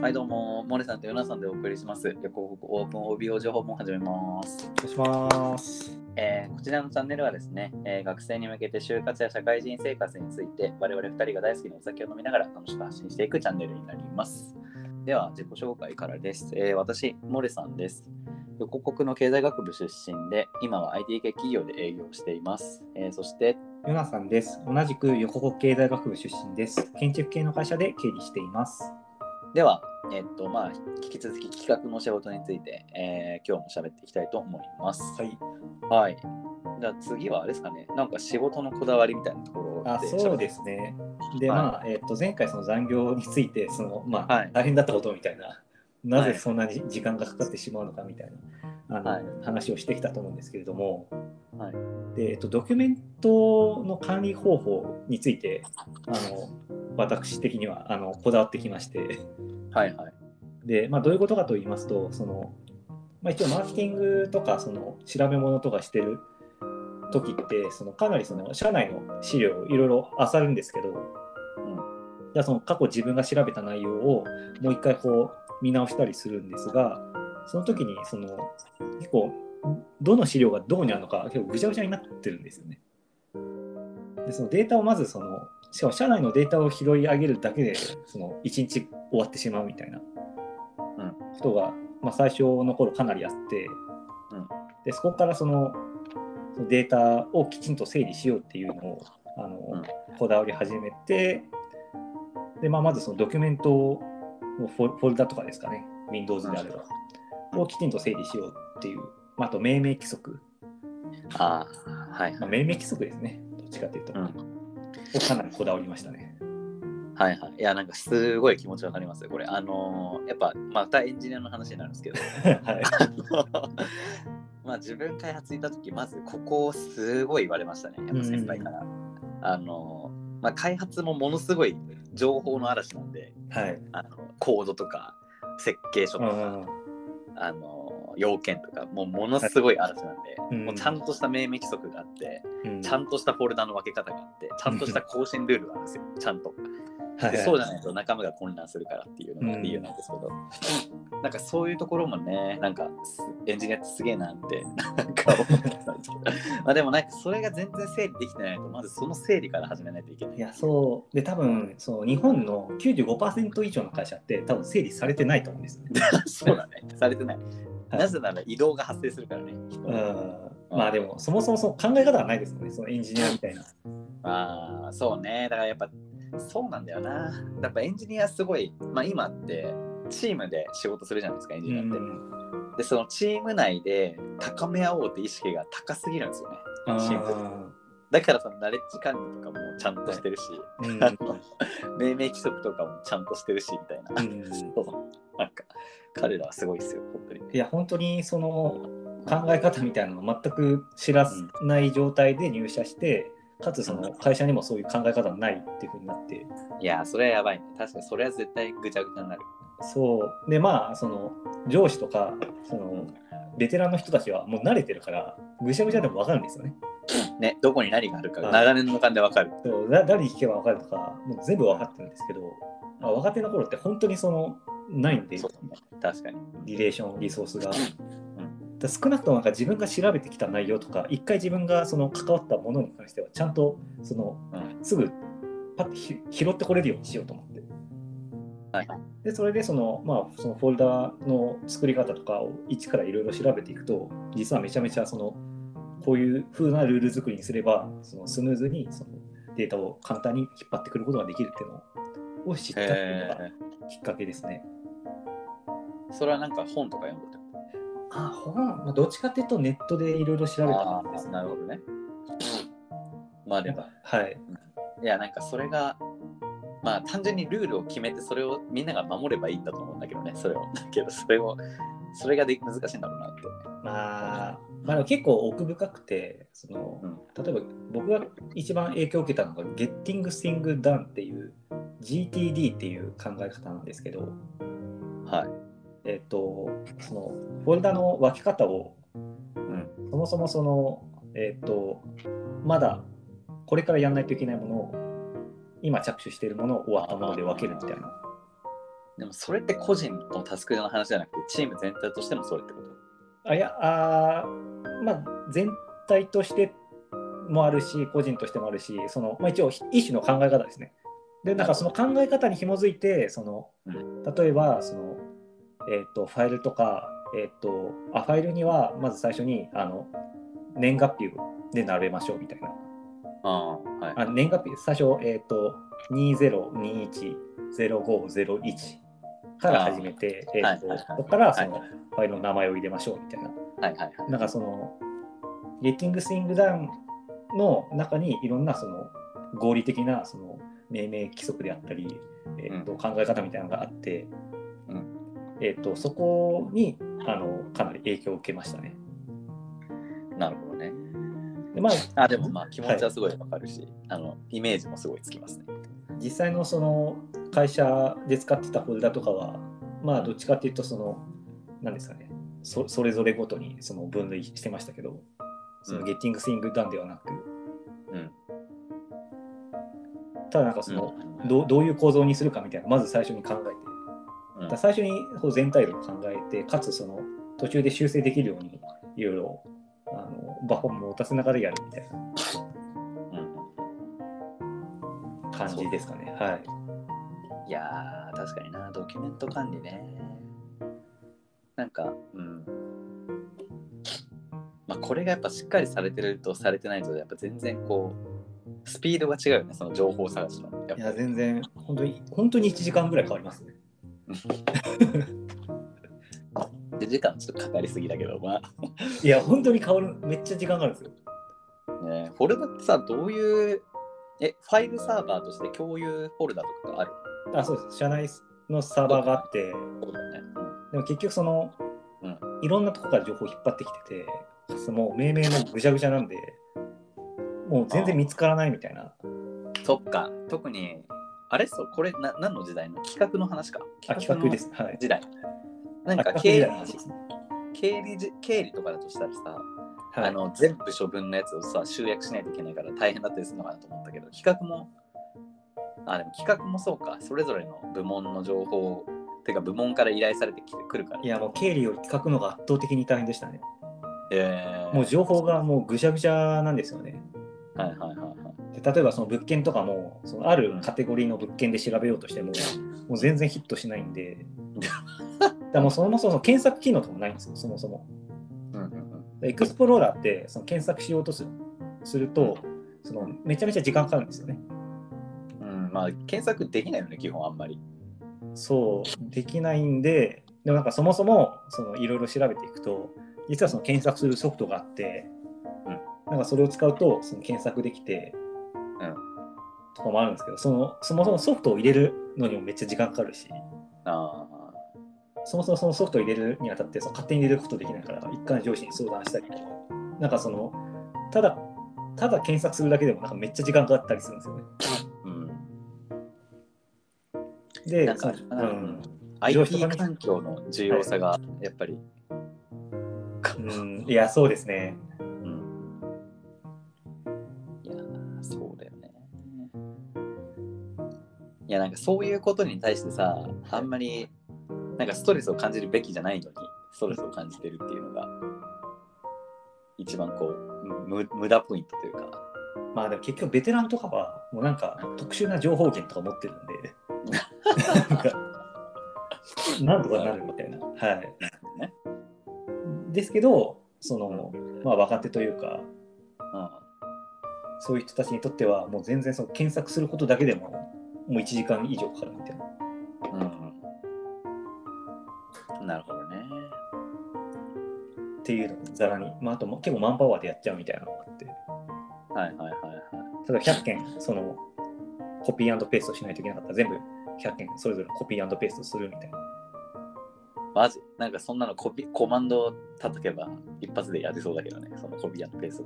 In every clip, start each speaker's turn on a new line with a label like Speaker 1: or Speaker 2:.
Speaker 1: はいどうもモネさんとヨナさんでお送りします旅行オープン OBO 情報も始めます
Speaker 2: お願いします。
Speaker 1: えーこちらのチャンネルはですね、えー学生に向けて就活や社会人生活について我々2人が大好きなお酒を飲みながら楽しく発信していくチャンネルになります。では自己紹介からです。えー私、モレさんです。横国の経済学部出身で、今は IT 系企業で営業しています。えーそして、
Speaker 2: ヨナさんです。同じく横国経済学部出身です。建築系の会社で経理しています。
Speaker 1: では、えっとまあ、引き続き企画の仕事について、えー今日も喋っていきたいと思います。
Speaker 2: い。
Speaker 1: はい。じゃあ次はあれですかね、なんか仕事のこだわりみたいなところ
Speaker 2: あ、
Speaker 1: で。
Speaker 2: そうですすね。で、
Speaker 1: はい
Speaker 2: まあ、えっ、と、前回その残業について、その、まあ、
Speaker 1: はい
Speaker 2: 大変だったことみたいな。なぜそんなに時間がかかってしまうのかみたいな、あの
Speaker 1: はい
Speaker 2: 話をしてきたと思うんですけれども、
Speaker 1: はい
Speaker 2: でえっと、ドキュメントの管理方法についてあの私的にはあのこだわってきまして。
Speaker 1: はいはい。
Speaker 2: で、まあ、どういうことかと言いますとその、まあ、一応マーケティングとかその調べ物とかしてる時ってそのかなりその社内の資料をいろいろ漁るんですけど、じゃあその過去自分が調べた内容をもう一回こう見直したりするんですがその時にその結構どの資料がどこにあるのか結構ぐちゃぐちゃになってるんですよね。でそのデータをまずそのしかも社内のデータを拾い上げるだけでその1日終わってしまうみたいなことが、まあ、最初の頃かなりあって、
Speaker 1: うん
Speaker 2: でそこからそのそのデータをきちんと整理しようっていうのをあの、こだわり始めてで、まあ、まずそのドキュメントをフォフォルダとかですかね Windows であれば
Speaker 1: うん
Speaker 2: をきちんと整理しようっていう、まあ、あと命名規則、
Speaker 1: ああ、はい
Speaker 2: ま
Speaker 1: は
Speaker 2: あ、
Speaker 1: い。
Speaker 2: 命名規則ですねどっちかというと、
Speaker 1: うん
Speaker 2: をかなりこだわりましたね
Speaker 1: はいはい。いや、なんかすごい気持ちわかりますよこれ。あのーやっぱ、またエンジニアの話になるんですけど、
Speaker 2: はい
Speaker 1: まあ自分開発いた時、まずここをすごい言われましたね。やっぱ先輩から。あのーまあ開発もものすごい情報の嵐なんで、
Speaker 2: はい
Speaker 1: あのコードとか設計書と
Speaker 2: う
Speaker 1: か、
Speaker 2: ん
Speaker 1: あの要件とかもうものすごい嵐なんで、
Speaker 2: うん
Speaker 1: もうちゃんとした命名規則があって、
Speaker 2: うん
Speaker 1: ちゃんとしたフォルダの分け方があってちゃんとした更新ルールがあるんですよちゃんと
Speaker 2: はい
Speaker 1: でそうじゃないと仲間が混乱するからっていうのが理由なんですけど、なんかそういうところもねなんかすエンジニアってすげえなってなんか思ってたんですけどまあでもなんかそれが全然整理できてないとまずその整理から始めないといけない
Speaker 2: いやそうで多分そう日本の95%以上の会社って多分整理されてないと思うんですよ ね。
Speaker 1: そうだねされてない、
Speaker 2: はい
Speaker 1: なぜなら移動が発生するからね人の
Speaker 2: うん、まあでもそもそもそう考え方がないですよねそのエンジニアみたいな。
Speaker 1: まあそうねだからやっぱそうなんだよなやっぱエンジニアすごいまあ今ってチームで仕事するじゃないですかエンジニアって、でそのチーム内で高め合おうって意識が高すぎるんですよね
Speaker 2: あ
Speaker 1: シンプルだからそのナレッジ管理とかもちゃんとしてるし、
Speaker 2: ーうん
Speaker 1: 命名規則とかもちゃんとしてるしみたいな、
Speaker 2: うん
Speaker 1: そうなんか彼らはすごいですよ本当に
Speaker 2: いや本当にその考え方みたいなのを全く知らない状態で入社して、かつその会社にもそういう考え方がないっていうふうになって
Speaker 1: いやーそれはやばいね確かにそれは絶対ぐちゃぐちゃになる
Speaker 2: そうでまあその上司とかそのベテランの人たちはもう慣れてるからぐしゃぐしゃでも分かるんですよね。
Speaker 1: ねどこに何があるか
Speaker 2: はい
Speaker 1: 長年の勘でわかる、
Speaker 2: そうだ誰に聞けば分かるとかもう全部分かってるんですけど、まあ、若手の頃って本当にそのないんで
Speaker 1: そう確かに
Speaker 2: リレーションリソースが。
Speaker 1: ん
Speaker 2: だ少なくともなんか自分が調べてきた内容とか一回自分がその関わったものに関してはちゃんとその、
Speaker 1: う
Speaker 2: すぐパッとひ拾ってこれるようにしようと思って。
Speaker 1: はい
Speaker 2: でそれでその,、まあ、そのフォルダの作り方とかを一からいろいろ調べていくと実はめちゃめちゃそのこういう風なルール作りにすればそのスムーズにそのデータを簡単に引っ張ってくることができるっていうのを知ったっていうの
Speaker 1: え
Speaker 2: がきっかけですね。
Speaker 1: ー、それはなんか本とか読んだってこと
Speaker 2: あ本、まあ、どっちかっていうとネットでいろいろ調べた
Speaker 1: あ
Speaker 2: んです
Speaker 1: あ
Speaker 2: ね
Speaker 1: なるほどね。まあで
Speaker 2: やっ
Speaker 1: も、
Speaker 2: ぱはい、
Speaker 1: いや、なんかそれが、まあ単純にルールを決めて、それをみんなが守ればいいんだと思うんだけどね、それを。 だけど、それを、それがで難しいんだろうなって。
Speaker 2: まあ、まあ、でも結構奥深くてその、例えば僕が一番影響を受けたのが「Getting Thing Done」っていう GTD っていう考え方なんですけど、
Speaker 1: はい。
Speaker 2: えっとそのフォルダの分け方を
Speaker 1: うん。
Speaker 2: そもそもその、えっとまだこれからやらないといけないものを今着手しているものを終わったもので分けるみたいな
Speaker 1: でもそれって個人のタスクの話じゃなくて、チーム全体としてもそれってこと
Speaker 2: あいやあーまあ全体としてもあるし個人としてもあるしその、まあ、一応ひ一種の考え方ですね。でなんかその考え方に紐づいてその
Speaker 1: う
Speaker 2: 例えばその、えー、とファイルとか、えー、とあファイルにはまず最初にあの年月日で並べましょうみたいな。
Speaker 1: ああ、はい。
Speaker 2: あ年月日最初、えー、と20210501から始めて、えー
Speaker 1: はいはい
Speaker 2: と
Speaker 1: はい
Speaker 2: そこからその、
Speaker 1: はい
Speaker 2: ファイルの名前を入れましょうみたいな。
Speaker 1: はいはいはい。
Speaker 2: なんかその、ゲッティングスイングダウンの中にいろんなその合理的なその命名規則であったり、えーと
Speaker 1: う
Speaker 2: 考え方みたいなのがあって、
Speaker 1: うん
Speaker 2: えー、とそこにあのかなり影響を受けましたね。
Speaker 1: なるほどね。
Speaker 2: でまあ、
Speaker 1: あでもまあ気持ちはすごいわかるし、あのイメージもすごいつきますね。
Speaker 2: 実際のその会社で使ってたフォルダとかは、まあ、どっちかっていうとその何ですかねそそれぞれごとにその分類してましたけどそのゲッティングスイングダウンではなく、
Speaker 1: うん。
Speaker 2: ただなんかその、どうどういう構造にするかみたいなまず最初に考えて
Speaker 1: うん
Speaker 2: だから最初にこう全体像を考えてかつその途中で修正できるようにいろいろあのバッファも持たせながらやるみたい
Speaker 1: うん
Speaker 2: な感じですかねはい
Speaker 1: いやー確かになドキュメント管理ね。なんか、うん。まあこれがやっぱしっかりされてるとされてないとやっぱ全然こうスピードが違うよねその情報探しの。やっ
Speaker 2: い
Speaker 1: ぱ
Speaker 2: や全然本当に本当に1時間ぐらい変わりますね
Speaker 1: で時間ちょっとかかりすぎだけどまあ、
Speaker 2: いや本当に変わるめっちゃ時間があるんですよ
Speaker 1: ね、フォルダってさどういうえファイルサーバーとして共有フォルダとかがある
Speaker 2: あそうです社内のサーバーがあって
Speaker 1: そうだよね。
Speaker 2: でも結局その、
Speaker 1: うん
Speaker 2: いろんなとこから情報を引っ張ってきててかつもう命名もぐちゃぐちゃなんでもう全然見つからないみたいな
Speaker 1: うんそっか特にあれそうこれな何の時代の企画の話か
Speaker 2: あ企画ですすはい
Speaker 1: 時代なん
Speaker 2: あ
Speaker 1: か経
Speaker 2: 企
Speaker 1: 理
Speaker 2: 画時代の話ですね
Speaker 1: 経理じ経理とかだとしたらさ、
Speaker 2: はい
Speaker 1: あの全部処分のやつをさ集約しないといけないから大変だったりするのかなと思ったけど企画もあでも企画もそうかそれぞれの部門の情報をてか部門から依頼されてきてくるから
Speaker 2: いやもう経理を企画のが圧倒的に大変でしたね。
Speaker 1: えー
Speaker 2: もう情報がもうぐしゃぐしゃなんですよね。
Speaker 1: はいはいはいはい
Speaker 2: で例えばその物件とかもそのあるカテゴリーの物件で調べようとしてももう全然ヒットしないんで だからもうそもそも検索機能とかもないんですよそもそも。
Speaker 1: うんうん
Speaker 2: でエクスプローラーってその検索しようとするするとそのめちゃめちゃ時間かかるんですよね。
Speaker 1: うん、うん、まあ検索できないよね基本あんまり
Speaker 2: そうできないんででもなんかそもそもそのいろいろ調べていくと実はその検索するソフトがあって、
Speaker 1: うん
Speaker 2: なんかそれを使うとその検索できて、
Speaker 1: うん
Speaker 2: とかもあるんですけどそのそもそもソフトを入れるのにもめっちゃ時間かかるし
Speaker 1: あ
Speaker 2: そもそもそのソフトを入れるにあたってその勝手に入れることできないから一貫上司に相談したりとかなんかそのただただ検索するだけでもなんかめっちゃ時間かかったりするんですよね。
Speaker 1: あうん
Speaker 2: で
Speaker 1: なんか
Speaker 2: そ、
Speaker 1: う
Speaker 2: のうん
Speaker 1: ん、IT 環境の重要さがやっぱり、
Speaker 2: うん、いやそうですね。
Speaker 1: うん、いやーそうだよねいやなんかそういうことに対してさあんまりなんかストレスを感じるべきじゃないのにストレスを感じてるっていうのが一番こうむ無駄ポイントというか
Speaker 2: まあでも結局ベテランとかはもうなんか特殊な情報源とか持ってるんでなんかなんとかなるみたいな。はい、
Speaker 1: ね、
Speaker 2: ですけどその、まあ、若手というかそういう人たちにとってはもう全然その検索することだけでももう1時間以上かかるみたいな。
Speaker 1: うん、うん、なるほどね
Speaker 2: っていうのをざらに、まあ、あとも結構マンパワーでやっちゃうみたいなのがあって例
Speaker 1: はいはいはいはい
Speaker 2: えば100件そのコピーペーストしないといけなかったら全部100件それぞれコピーペーストするみたいな。
Speaker 1: マジなんかそんなのコピコマンド叩けば一発でやれそうだけどね、そのコピーのペース。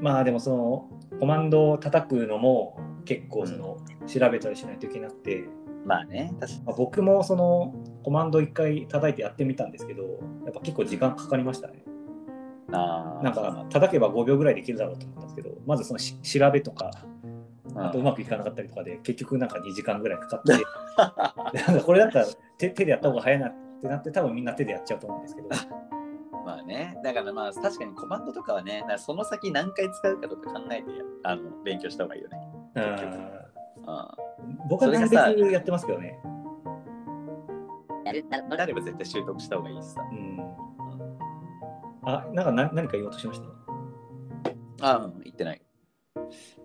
Speaker 2: まあでもそのコマンドを叩くのも結構その調べたりしないといけなくて、
Speaker 1: まあね、確か
Speaker 2: まあ、僕もそのコマンド一回叩いてやってみたんですけどやっぱ結構時間かかりましたね
Speaker 1: に。あー
Speaker 2: なんか、叩けば5秒ぐらいできるだろうと思ったんですけどまずそのし調べとか
Speaker 1: うん
Speaker 2: あとうまくいかなかったりとかで結局なんか2時間ぐらいかかって なんかこれだったら手手でやった方が早いなってなって多分みんな手でやっちゃうと思うんですけど
Speaker 1: まあね、だからまあ確かにコマンドとかはね、だからその先何回使うかとか考えてあの勉強した方がいいよね。
Speaker 2: うん
Speaker 1: あ
Speaker 2: 僕はなる
Speaker 1: それが
Speaker 2: べくやってますけどね。
Speaker 1: あなれば絶対習得した方がいいしさ。
Speaker 2: うん、あなんかな何か言おうとしました
Speaker 1: ああ、うん、言ってない。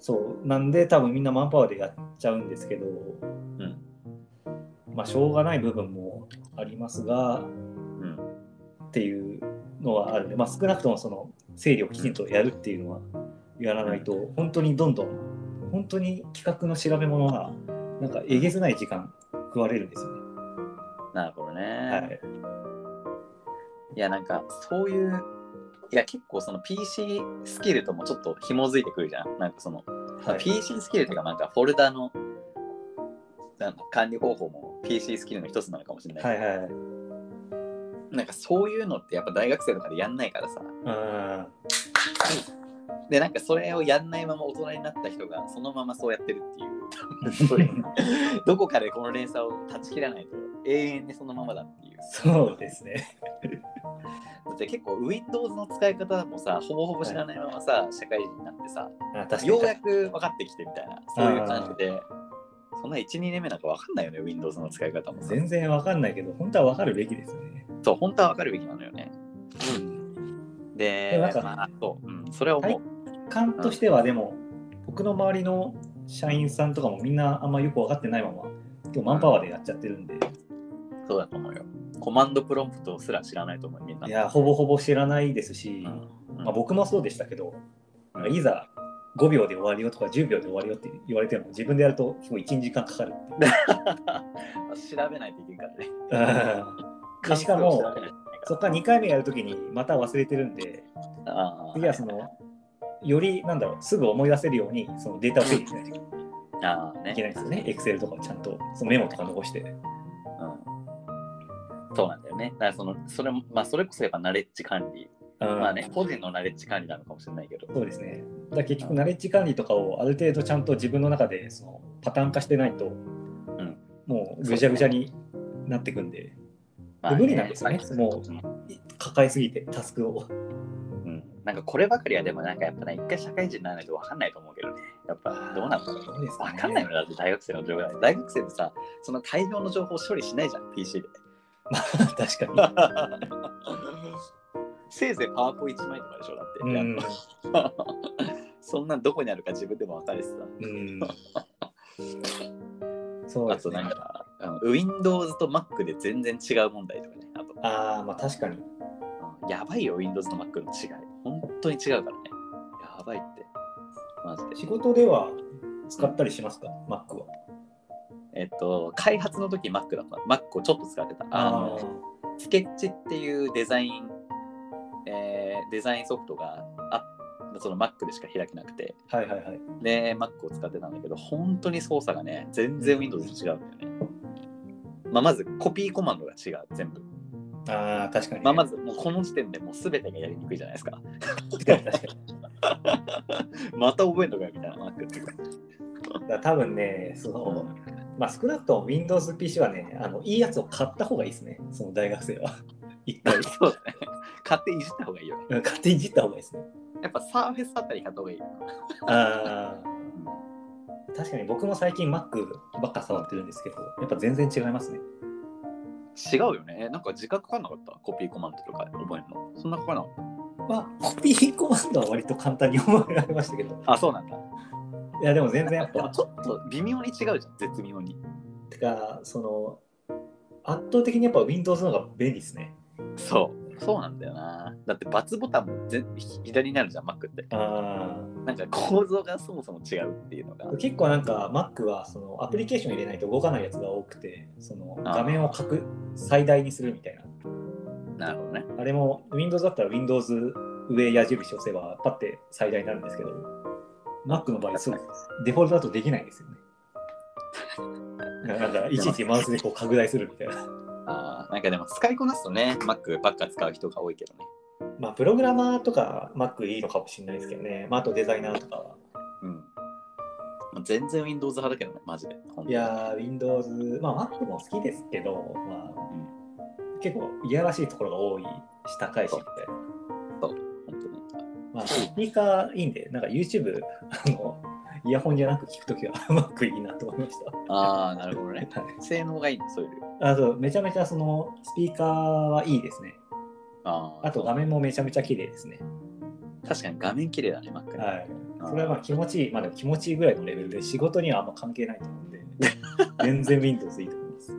Speaker 2: そうなんで多分みんなマンパワーでやっちゃうんですけど、
Speaker 1: ん
Speaker 2: まあしょうがない部分もありますが
Speaker 1: うん。
Speaker 2: っていうのはあるんで、まあ、少なくともその整理をきちんとやるっていうのはやらないと本当にどんどん本当に企画の調べ物はなんかえげつない時間食われるんですよね。
Speaker 1: なるほどね。、
Speaker 2: はいい、
Speaker 1: や、なんかそういう、いや、結構その PC スキルともちょっと紐づいてくるじゃん。なんかその、
Speaker 2: はい、
Speaker 1: PC スキルというか、なんかフォルダのなんか管理方法も PC スキルの一つなのかもしれない。
Speaker 2: はいはい
Speaker 1: なんかそういうのってやっぱ大学生とかでやんないからさ。
Speaker 2: うん
Speaker 1: でなんかそれをやんないまま大人になった人がそのままそうやってるっていうそういう どこかでこの連鎖を断ち切らないと永遠にそのままだっていう
Speaker 2: そうですね。
Speaker 1: だって結構 Windows の使い方もさほぼほぼ知らないままさ、社会人になってさ
Speaker 2: あ確かに
Speaker 1: ようやく分かってきてみたいなそういう感じでそんな12年目なんか分かんないよね Windows の使い方も
Speaker 2: 全然わかんないけど、本当はわかるべきですよね。
Speaker 1: そう本当は分かるべきなのよねで
Speaker 2: でなんか
Speaker 1: まあ、そう、うん、それは思う、
Speaker 2: 感としてはでも、僕の周りの社員さんとかもみんなあんまよくわかってないまま、今日マンパワーでやっちゃってるんで、
Speaker 1: そうだと思うよコマンドプロンプトすら知らないと思うみんない
Speaker 2: や、ほぼほぼ知らないですし、
Speaker 1: うん
Speaker 2: まあ、僕もそうでしたけど、
Speaker 1: うん
Speaker 2: いざ5秒で終わるよとか10秒で終わるよって言われても、自分でやるとすごい1、2時間かかるっ ていう
Speaker 1: 調べないといけんからね。
Speaker 2: うんでしかも、そこから2回目やるときにまた忘れてるんで、
Speaker 1: あ
Speaker 2: 次はその、よりなんだろう、すぐ思い出せるようにそのデータを整理しないといけない。
Speaker 1: あーね
Speaker 2: いけないですよね、エクセルとかをちゃんとそのメモとか残して。
Speaker 1: うんそうなんだよね。だからそのそれもまあそれこそやっぱナレッジ管理、まあね個人のナレッジ管理なのかもしれないけど
Speaker 2: う、んそうですね。だから結局、ナレッジ管理とかをある程度ちゃんと自分の中でそのパターン化してないと、
Speaker 1: ん
Speaker 2: もうぐちゃぐちゃになってくんで、
Speaker 1: まあ
Speaker 2: 無理なんですよね
Speaker 1: まあ
Speaker 2: も抱えすぎて、タスクを。
Speaker 1: うん、なんかこればかりはでもなんかやっぱね一回社会人にならないと分かんないと思うけどね。やっぱどうなんだろう。
Speaker 2: そうですね
Speaker 1: 分かんないのよだって大学生の情報大学生でさその大量の情報処理しないじゃん PC で。
Speaker 2: まあ、確か
Speaker 1: せいぜいパワーポ1枚とかでしょだって。
Speaker 2: に。うん。
Speaker 1: そんなんどこにあるか自分でも分かるしさ。
Speaker 2: うん、そう
Speaker 1: あ
Speaker 2: です
Speaker 1: と
Speaker 2: ね
Speaker 1: なん。か、あの Windows と Mac で全然違う問題とかね。あと、
Speaker 2: ああ、まあ確かに。
Speaker 1: うんやばいよ、Windows と Mac の違い。本当に違うからね。やばいって。マジで。
Speaker 2: 仕事では使ったりしますか、Mac は。
Speaker 1: えっと、開発の時 Mac だった。Mac をちょっと使ってた。あのスケッチっていうデザイン、えーデザインソフトがあその Mac でしか開けなくて、
Speaker 2: あー、はいはいはい。
Speaker 1: で、Mac を使ってたんだけど、本当に操作がね、全然 Windows と違うんだよね。まあ、まずコピーコマンドが違う、全部。
Speaker 2: ああ、確かにね、
Speaker 1: まあ、まずもうこの時点でもう全てがやりにくいじゃないですか。
Speaker 2: 確かに確かに。
Speaker 1: また覚えんのかよみたいなマックっていうか。
Speaker 2: だから多分ね、そのまあ、少なくとも Windows PC はねあの、いいやつを買った方がいいですね、その大学生は。 一回、
Speaker 1: そうだね。買っていじった方がいいよね。
Speaker 2: うん買っていじった方がいいですね。
Speaker 1: やっぱサーフェスあたり買った方がいいよ。
Speaker 2: あー確かに僕も最近 Mac ばっか触ってるんですけど、やっぱ全然違いますね。
Speaker 1: 違うよね。なんか時間かかんなかった。コピーコマンドとか覚えるの。そんなかかんなかっ
Speaker 2: まあ、コピーコマンドは割と簡単に覚えられましたけど、
Speaker 1: た。あ、そうなんだ。
Speaker 2: いや、でも全然やっ
Speaker 1: でも
Speaker 2: ぱ、
Speaker 1: ちょっと微妙に違うじゃん。絶妙に。
Speaker 2: てか、その、圧倒的にやっぱ Windows の方が便利ですね。
Speaker 1: そう。そうなんだよな。だってバツボタンも全左になるじゃん、マックって。
Speaker 2: あ
Speaker 1: なんか構造がそもそも違うっていうのが。
Speaker 2: ー結構なんか Mac はそのアプリケーション入れないと動かないやつが多くて、その画面をかく最大にするみたいな。
Speaker 1: なるほどね。
Speaker 2: あれも Windows だったら Windows 上矢印押せばパッて最大になるんですけど、Mac の場合、そうデフォルトだとできないんですよね。ななんかいちいちマウスでこう拡大するみたいな。
Speaker 1: あーなんかでも使いこなすとね、マックばっか使う人が多いけどね。
Speaker 2: まあ、プログラマーとか Mac いいのかもしれないですけどね。まあ、あとデザイナーとかは。
Speaker 1: うん。全然 Windows 派だけどね、マジで。本当に
Speaker 2: いやー、Windows、まあ Mac も好きですけど、まあ、結構いやらしいところが多いし、高いしみたいな。
Speaker 1: 本当に。
Speaker 2: まあ、スピーカーいいんで、なんか YouTube、あの、イヤホンじゃなく聞くときは Mac いいなと思いました。
Speaker 1: ああ、 なるほどね。
Speaker 2: はい
Speaker 1: 性能がいいの、そういうよりは。
Speaker 2: あと、めちゃめちゃその、スピーカーはいいですね。
Speaker 1: あー
Speaker 2: あと、画面もめちゃめちゃ綺麗ですね。
Speaker 1: 確かに画面綺麗だね、Mac ね。
Speaker 2: はい。
Speaker 1: あー
Speaker 2: それはまあ気持ちいい、まあでも気持ちいいぐらいのレベルで、仕事にはあんま関係ないと 思うんで、全然 Windows いいと思います。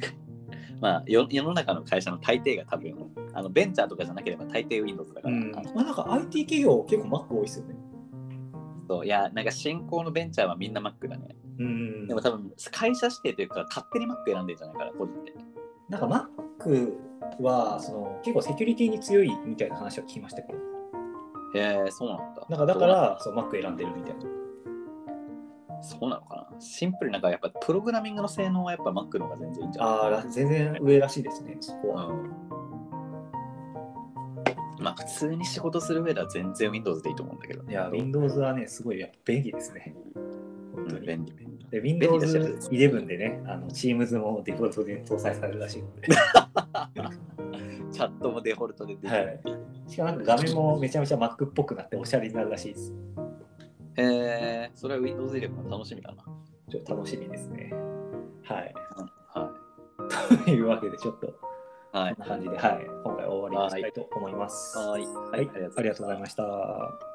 Speaker 1: 確かに。まあ、よ世の中の会社の大抵が多分、あのベンチャーとかじゃなければ大抵 Windows だから。
Speaker 2: うん。ま
Speaker 1: あ
Speaker 2: あなんか IT 企業結構 Mac 多いですよね。
Speaker 1: のそういや、なんか新興のベンチャーはみんな Mac だね。
Speaker 2: うん
Speaker 1: でも多分、会社指定というか、勝手に Mac 選んでんじゃないから、個人で。
Speaker 2: なんか Mac はその結構セキュリティに強いみたいな話は聞きましたけど、
Speaker 1: へえ、そうなんだ。
Speaker 2: なんかだからそう Mac 選んでるみたいな。
Speaker 1: そうなのかなシンプルなんかやっぱプログラミングの性能はやっぱ Mac の方が全然いいんじゃない
Speaker 2: ああ、ら全然上らしいですね、そこは。
Speaker 1: うんまあ普通に仕事する上では全然 Windows でいいと思うんだけど
Speaker 2: いや、Windows はね、すごいやっぱ便利ですね。本当
Speaker 1: うん
Speaker 2: に。
Speaker 1: 便利便利
Speaker 2: で、
Speaker 1: 便利だし
Speaker 2: Windows 11でね、あの Teams もデフォルトで搭載されるらしいので。
Speaker 1: チャットもデフォルトでできる、
Speaker 2: はいしかもなんか画面もめちゃめちゃ Mac っぽくなっておしゃれになるらしいです。
Speaker 1: へえそれは Windows 入れも楽しみだな、
Speaker 2: ちょっと楽しみですね。はい。
Speaker 1: は
Speaker 2: というわけで、ちょっと
Speaker 1: いはい
Speaker 2: こんな感じで、はい、今回終わりにしたいと思います。
Speaker 1: はい
Speaker 2: はい、ありがとうございました。